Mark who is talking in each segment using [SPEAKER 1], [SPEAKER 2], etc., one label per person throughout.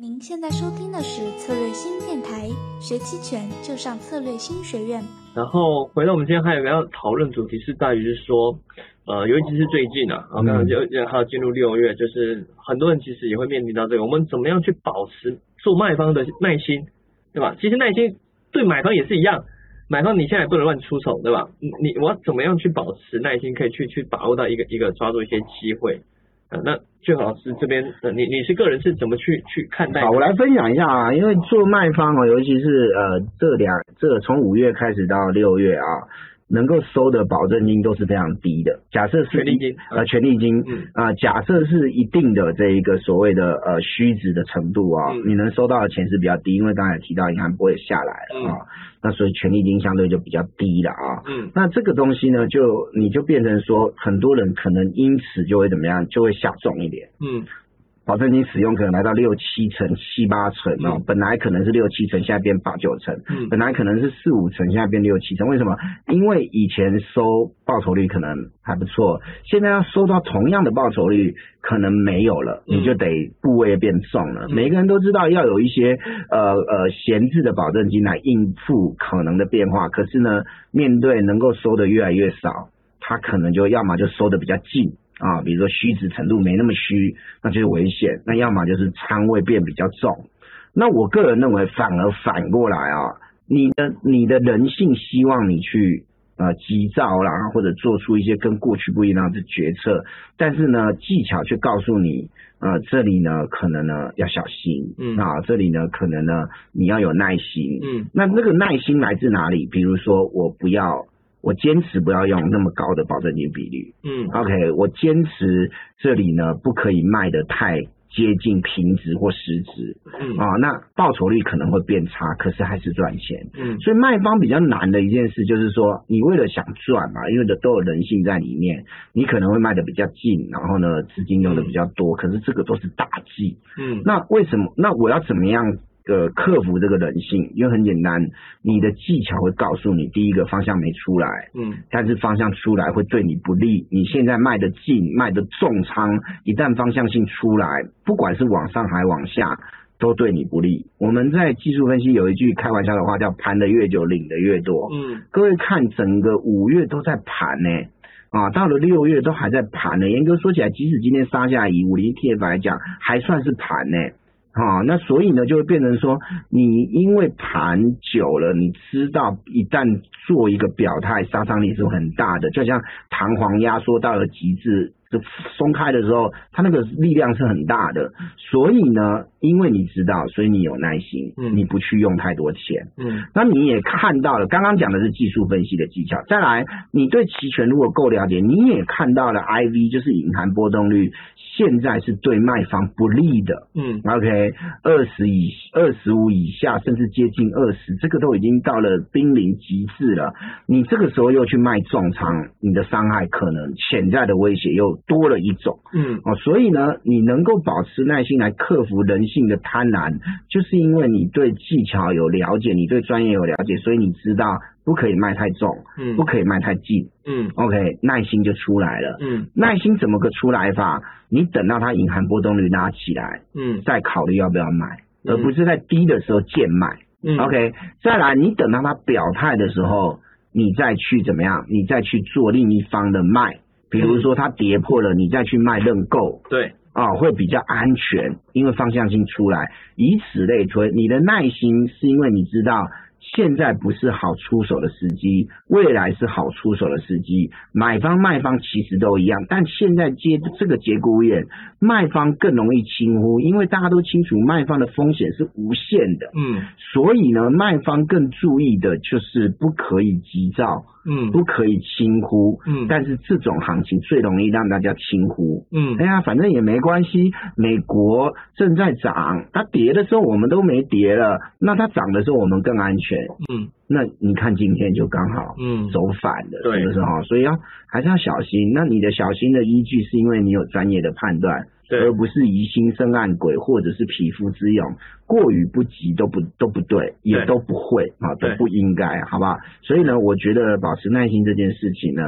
[SPEAKER 1] 您现在收听的是策略新电台，学期权就上策略新学院。
[SPEAKER 2] 然后回到我们今天还有要讨论主题是在于是说，呃，尤其是最近啊，啊，刚刚就还有进入六月，就是很多人其实也会面临到这个，我们怎么样去保持做卖方的耐心，对吧？其实耐心对买方也是一样，买方你现在也不能乱出手，对吧？你你我要怎么样去保持耐心，可以去去把握到一个一个抓住一些机会。呃，那最好是这边，呃，你你是个人是怎么去去看待的？
[SPEAKER 3] 好，我来分享一下啊，因为做卖方哦，尤其是呃这两这从五月开始到六月啊，能够收的保证金都是非常低的。假设是
[SPEAKER 2] 权利金
[SPEAKER 3] 呃权利金
[SPEAKER 2] 嗯
[SPEAKER 3] 啊、假设是一定的这一个所谓的呃虚值的程度啊、
[SPEAKER 2] 嗯
[SPEAKER 3] 你能收到的钱是比较低，因为刚才提到银行不会下来了啊、那所以权利金相对就比较低了啊。
[SPEAKER 2] 嗯
[SPEAKER 3] 那这个东西呢，就你就变成说，很多人可能因此就会怎么样，就会下重一点。
[SPEAKER 2] 嗯
[SPEAKER 3] 保证金使用可能来到六七成、七八成哦，
[SPEAKER 2] 嗯
[SPEAKER 3] 本来可能是六七成，现在变八九成，
[SPEAKER 2] 嗯
[SPEAKER 3] 本来可能是四五成，现在变六七成。为什么？因为以前收报酬率可能还不错，现在要收到同样的报酬率，可能没有了，
[SPEAKER 2] 嗯
[SPEAKER 3] 你就得部位变重了。
[SPEAKER 2] 嗯
[SPEAKER 3] 每个人都知道要有一些呃呃闲置的保证金来应付可能的变化，可是呢，面对能够收的越来越少，他可能就要么就收的比较近。啊，比如说虚值程度没那么虚，那就是危险；那要么就是仓位变比较重。那我个人认为，反而反过来啊，你的你的人性希望你去呃急躁啦，或者做出一些跟过去不一样的决策，但是呢，技巧却告诉你，呃，这里呢可能呢要小心，
[SPEAKER 2] 嗯
[SPEAKER 3] 啊，这里呢可能呢你要有耐心，
[SPEAKER 2] 嗯
[SPEAKER 3] 那那个耐心来自哪里？比如说，我不要，我坚持不要用那么高的保证金比率，
[SPEAKER 2] 嗯
[SPEAKER 3] OK，我坚持这里呢不可以卖的太接近平值或实值
[SPEAKER 2] 嗯
[SPEAKER 3] 啊、那报酬率可能会变差，可是还是赚钱。
[SPEAKER 2] 嗯
[SPEAKER 3] 所以卖方比较难的一件事就是说，你为了想赚嘛，因为都有人性在里面，你可能会卖的比较近，然后呢资金用的比较多，可是这个都是大忌。
[SPEAKER 2] 嗯
[SPEAKER 3] 那为什么？那我要怎么样？呃，克服这个人性，因为很简单，你的技巧会告诉你，第一个方向没出来，
[SPEAKER 2] 嗯
[SPEAKER 3] 但是方向出来会对你不利。你现在卖的近，卖的重仓，一旦方向性出来，不管是往上还往下，都对你不利。我们在技术分析有一句开玩笑的话，叫“盘的越久，领的越多”。
[SPEAKER 2] 嗯
[SPEAKER 3] 各位看，整个五月都在盘呢、啊，到了六月都还在盘呢、严格说起来，即使今天杀下来以五零 TF 来讲，还算是盘呢、啊，那所以呢，就会变成说，你因为盘久了，你知道一旦做一个表态，杀伤力是很大的。就像弹簧压缩到了极致，就松开的时候，它那个力量是很大的。所以呢，因为你知道，所以你有耐心，
[SPEAKER 2] 嗯
[SPEAKER 3] 你不去用太多钱。
[SPEAKER 2] 嗯
[SPEAKER 3] 那你也看到了，刚刚讲的是技术分析的技巧。再来，你对期权如果够了解，你也看到了 IV 就是隐含波动率，现在是对卖方不利的。
[SPEAKER 2] 嗯
[SPEAKER 3] OK，二十以二十五以下，甚至接近二十，这个都已经到了濒临极致了。你这个时候又去卖重仓，你的伤害可能潜在的威胁又多了一种。
[SPEAKER 2] 嗯
[SPEAKER 3] 哦，所以呢，你能够保持耐心来克服人性的贪婪，就是因为你对技巧有了解，你对专业有了解，所以你知道不可以卖太重，
[SPEAKER 2] 嗯
[SPEAKER 3] 不可以卖太近。
[SPEAKER 2] 嗯
[SPEAKER 3] OK，耐心就出来了。
[SPEAKER 2] 嗯
[SPEAKER 3] 耐心怎么个出来法？你等到它隐含波动率拉起来，
[SPEAKER 2] 嗯
[SPEAKER 3] 再考虑要不要买，
[SPEAKER 2] 嗯
[SPEAKER 3] 而不是在低的时候贱卖。
[SPEAKER 2] 嗯
[SPEAKER 3] OK，再来，你等到他表态的时候，你再去怎么样？你再去做另一方的卖，比如说它跌破了，你再去卖认购
[SPEAKER 2] 对
[SPEAKER 3] 啊，会比较安全，因为方向性出来，以此类推。你的耐心是因为你知道。现在不是好出手的时机，未来是好出手的时机。买方卖方其实都一样，但现在接这个节骨眼，卖方更容易轻忽，因为大家都清楚卖方的风险是无限的。
[SPEAKER 2] 嗯
[SPEAKER 3] 所以呢，卖方更注意的就是不可以急躁，
[SPEAKER 2] 嗯
[SPEAKER 3] 不可以轻忽。
[SPEAKER 2] 嗯
[SPEAKER 3] 但是这种行情最容易让大家轻忽。
[SPEAKER 2] 嗯
[SPEAKER 3] 哎呀，反正也没关系，美国正在涨，它跌的时候我们都没跌了，那它涨的时候我们更安全。
[SPEAKER 2] 嗯
[SPEAKER 3] 那你看今天就刚好
[SPEAKER 2] 嗯
[SPEAKER 3] 走反了，
[SPEAKER 2] 对
[SPEAKER 3] 是不是哈？所以要还是要小心。那你的小心的依据是因为你有专业的判断，
[SPEAKER 2] 对
[SPEAKER 3] 而不是疑心生暗鬼或者是匹夫之勇，过于不及都不都不对，也都不会啊，都
[SPEAKER 2] 对
[SPEAKER 3] 不应该，好不好？所以呢，我觉得保持耐心这件事情呢，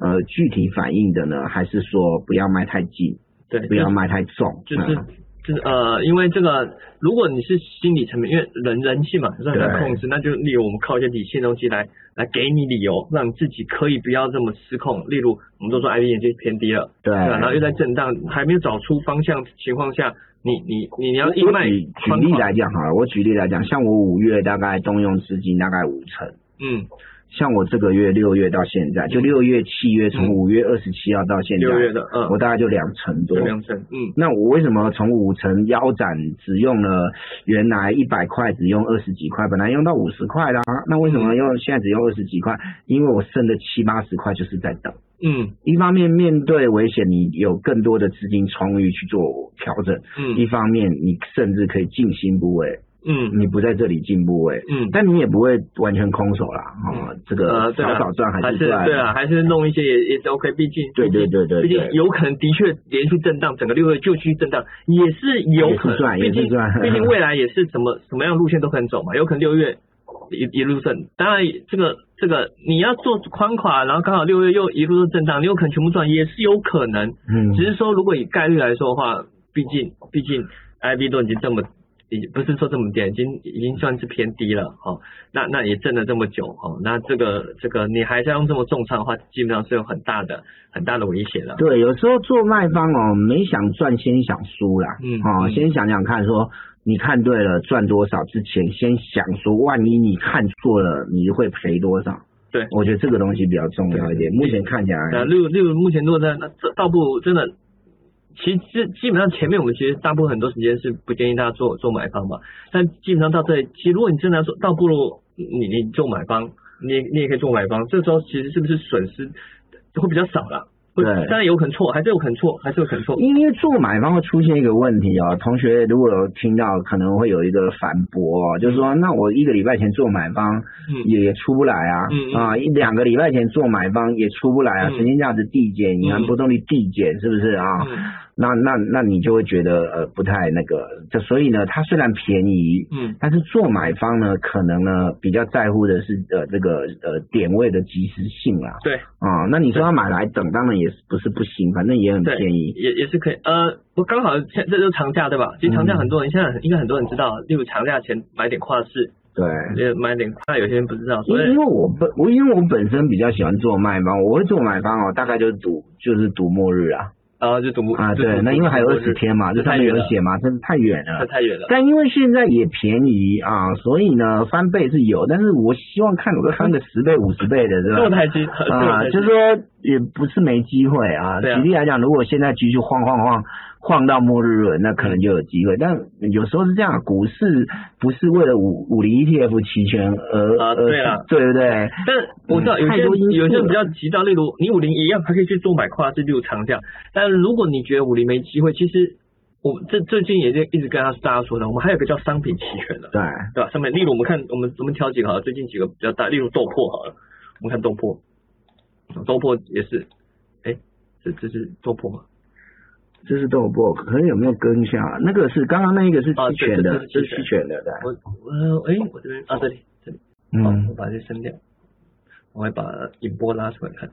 [SPEAKER 3] 呃，具体反映的呢，还是说不要卖太近，
[SPEAKER 2] 对
[SPEAKER 3] 不要卖太重，
[SPEAKER 2] 就是
[SPEAKER 3] 嗯
[SPEAKER 2] 就是呃，因为这个，如果你是心理层面，因为人人性嘛是很难
[SPEAKER 3] 对
[SPEAKER 2] 控制，那就例如我们靠一些理性的东西来来给你理由，让你自己可以不要这么失控。例如，我们都说 I B 眼睛偏低了，对
[SPEAKER 3] 对，
[SPEAKER 2] 吧、然后又在震荡，还没有找出方向情况下，你你你你要一
[SPEAKER 3] 我
[SPEAKER 2] 脉
[SPEAKER 3] 举举
[SPEAKER 2] 宽
[SPEAKER 3] 例
[SPEAKER 2] 广
[SPEAKER 3] 来讲好了，我举例来讲，像我五月大概动用资金大概五成，
[SPEAKER 2] 嗯，
[SPEAKER 3] 像我这个月六月到现在，就六月、七月，从五月二十七号到现在，
[SPEAKER 2] 嗯六月的，嗯，
[SPEAKER 3] 我大概就两成多
[SPEAKER 2] 这。两成，嗯，
[SPEAKER 3] 那我为什么从五成腰斩只用了原来一百块只用二十几块，本来用到五十块啦，那为什
[SPEAKER 2] 嗯
[SPEAKER 3] 么用现在只用二十几块？因为我剩的七八十块就是在等。
[SPEAKER 2] 嗯
[SPEAKER 3] 一方面面对危险，你有更多的资金充裕去做调整；一
[SPEAKER 2] 嗯
[SPEAKER 3] 方面你甚至可以进新部位，
[SPEAKER 2] 嗯
[SPEAKER 3] 你不在这里进部位，
[SPEAKER 2] 嗯，
[SPEAKER 3] 但你也不会完全空手啦，哦，这
[SPEAKER 2] 呃
[SPEAKER 3] 个
[SPEAKER 2] 对啊
[SPEAKER 3] 少少赚还
[SPEAKER 2] 还
[SPEAKER 3] 是
[SPEAKER 2] 是
[SPEAKER 3] 赚，
[SPEAKER 2] 对啊，还是弄一些也也是 OK，毕竟
[SPEAKER 3] 对对对对
[SPEAKER 2] 毕
[SPEAKER 3] 对
[SPEAKER 2] 竟。有可能的确连续震荡，整个六月就去震荡，也是有可
[SPEAKER 3] 也是赚
[SPEAKER 2] 能。毕
[SPEAKER 3] 也
[SPEAKER 2] 竟
[SPEAKER 3] 是赚
[SPEAKER 2] 毕竟未来也是什 么什么样的路线都可能走嘛，有可能六月一一路震。当然，这个这个你要做宽垮，然后刚好六月又一路震荡，你有可能全部赚，也是有可能。
[SPEAKER 3] 嗯，
[SPEAKER 2] 只是说，如果以概率来说的话，毕竟毕竟 IB 都已经这么，已经不是说这么点，已经已经算是偏低了哦。那那也震了这么久哦，那这个这个你还在用这么重仓的话，基本上是有很大的很大的危险了。
[SPEAKER 3] 对，有时候做卖方哦，没想赚先想输啦，
[SPEAKER 2] 嗯
[SPEAKER 3] 哦，
[SPEAKER 2] 嗯
[SPEAKER 3] 先想想看说。你看对了，赚多少之前先想说，万一你看错了，你会赔多少？
[SPEAKER 2] 对
[SPEAKER 3] 我觉得这个东西比较重要一点。目前看起来，
[SPEAKER 2] 那例如例如目前落在那这倒不如真的，其实基本上前面我们其实大部分很多时间是不建议大家做做买方嘛，但基本上到这里，其实如果你真的要做，倒不如你你做买方，你也你也可以做买方，这时候其实是不是损失会比较少啦？会
[SPEAKER 3] 对
[SPEAKER 2] 当然有可能错，还是有可能错，还是有可能错。
[SPEAKER 3] 因为做买方会出现一个问题哦，同学如果有听到可能会有一个反驳、哦，就是说，那我一个礼拜前做买方
[SPEAKER 2] 嗯
[SPEAKER 3] 也也出不来啊，
[SPEAKER 2] 嗯嗯
[SPEAKER 3] 啊，一两个礼拜前做买方也出不来啊，
[SPEAKER 2] 嗯
[SPEAKER 3] 时间价值递减，银行
[SPEAKER 2] 嗯
[SPEAKER 3] 波动率递减，是不是啊？那那那你就会觉得呃不太那个，就所以呢，它虽然便宜，
[SPEAKER 2] 嗯
[SPEAKER 3] 但是做买方呢，可能呢比较在乎的是呃这个呃点位的及时性啦。
[SPEAKER 2] 对
[SPEAKER 3] 啊、那你说要买来等，当然也是不是不行，反正也很
[SPEAKER 2] 对，
[SPEAKER 3] 便宜。
[SPEAKER 2] 也也是可以。呃，我刚好现这就是长假对吧？其实长假
[SPEAKER 3] 嗯
[SPEAKER 2] 很多人、现在很应该很多人知道，例如长假前买点跨市，
[SPEAKER 3] 对，
[SPEAKER 2] 也买点跨，有些人不知道，
[SPEAKER 3] 因
[SPEAKER 2] 所以
[SPEAKER 3] 因为我本我因为我本身比较喜欢做卖方，我会做买方哦，大概就是赌就是赌末日啊
[SPEAKER 2] 然后就赌博
[SPEAKER 3] 啊，
[SPEAKER 2] 就赌
[SPEAKER 3] 对，
[SPEAKER 2] 博
[SPEAKER 3] 那因为还有
[SPEAKER 2] 赌博
[SPEAKER 3] 二
[SPEAKER 2] 日
[SPEAKER 3] 十天啊嘛，
[SPEAKER 2] 这
[SPEAKER 3] 这上
[SPEAKER 2] 太
[SPEAKER 3] 面
[SPEAKER 2] 远
[SPEAKER 3] 有
[SPEAKER 2] 了，
[SPEAKER 3] 写嘛，真的太远了
[SPEAKER 2] 这。太远了。
[SPEAKER 3] 但因为现在也便宜啊，所以呢翻倍是有，但是我希望看我翻个十倍五十倍的，对
[SPEAKER 2] 坐
[SPEAKER 3] 吧？
[SPEAKER 2] 台机
[SPEAKER 3] 啊，就是说也不是没机会啊。
[SPEAKER 2] 对啊
[SPEAKER 3] 举例来讲，如果现在继续晃晃晃晃到末日轮，那可能就有机会。但有时候是这样，股市不是为了五五零 ETF 期权而
[SPEAKER 2] 啊
[SPEAKER 3] 而
[SPEAKER 2] 对啊
[SPEAKER 3] 对不对？
[SPEAKER 2] 但我知道
[SPEAKER 3] 嗯
[SPEAKER 2] 有些
[SPEAKER 3] 太多因素
[SPEAKER 2] 人
[SPEAKER 3] 了
[SPEAKER 2] 有些人比较急到，例如你五零一样，还可以去做买跨是例如长假。但如果你觉得五零没机会，其实我这最近也是一直跟他大家说的，我们还有一个叫商品期权的，
[SPEAKER 3] 对，
[SPEAKER 2] 对吧？上面例如我们看我们我们挑几个好了，最近几个比较大，例如豆粕好了，我们看豆粕，豆粕也是，哎，这这是豆粕吗？
[SPEAKER 3] 这是豆粕，可能有没有跟下？那个是刚刚那一个是
[SPEAKER 2] 啊
[SPEAKER 3] 期权的，
[SPEAKER 2] 对这
[SPEAKER 3] 这
[SPEAKER 2] 是
[SPEAKER 3] 是
[SPEAKER 2] 期
[SPEAKER 3] 期权的，对，
[SPEAKER 2] 我我哎，我这边啊这里这里。好，
[SPEAKER 3] 嗯
[SPEAKER 2] 我。把这删掉，我会把引波拉出来看。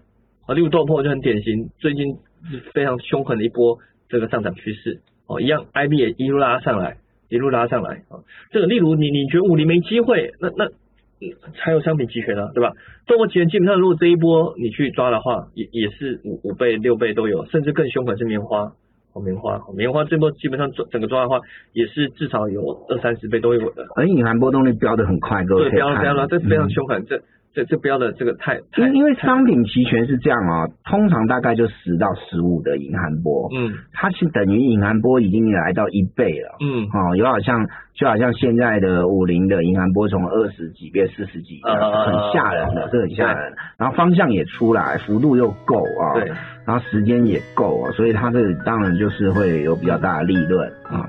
[SPEAKER 2] 啊，六豆粕就很典型，最近是非常凶狠的一波这个上涨趋势。哦，一样，IB 也一路拉上来，一路拉上来。哦，这个例如你你觉得五零没机会，那那嗯还有商品期权啊，对吧？豆粕期权基本上如果这一波你去抓的话，也也是五五倍六倍都有，甚至更凶狠是棉花。哦，棉花，哦棉花这波基本上整整个抓的话，也是至少有二三十倍都有的。
[SPEAKER 3] 而隐含波动率飙得很快，各位
[SPEAKER 2] 对，
[SPEAKER 3] 可
[SPEAKER 2] 不
[SPEAKER 3] 以
[SPEAKER 2] 要
[SPEAKER 3] 看。
[SPEAKER 2] 不要了，这非常
[SPEAKER 3] 嗯
[SPEAKER 2] 凶狠，这这这不要的这个太太
[SPEAKER 3] 因因为
[SPEAKER 2] 太
[SPEAKER 3] 商品期权是这样哦，通常大概就十到十五的隐含波，
[SPEAKER 2] 嗯
[SPEAKER 3] 它是等于隐含波已经来到一倍了。
[SPEAKER 2] 嗯
[SPEAKER 3] 哦，有好像就好像现在的五零的银行波从二十几变四十几，
[SPEAKER 2] 啊啊啊啊啊
[SPEAKER 3] 很吓人的，这很吓人。然后方向也出来，幅度又够啊，
[SPEAKER 2] 对，
[SPEAKER 3] 哦然后时间也够啊，所以它这当然就是会有比较大的利润啊。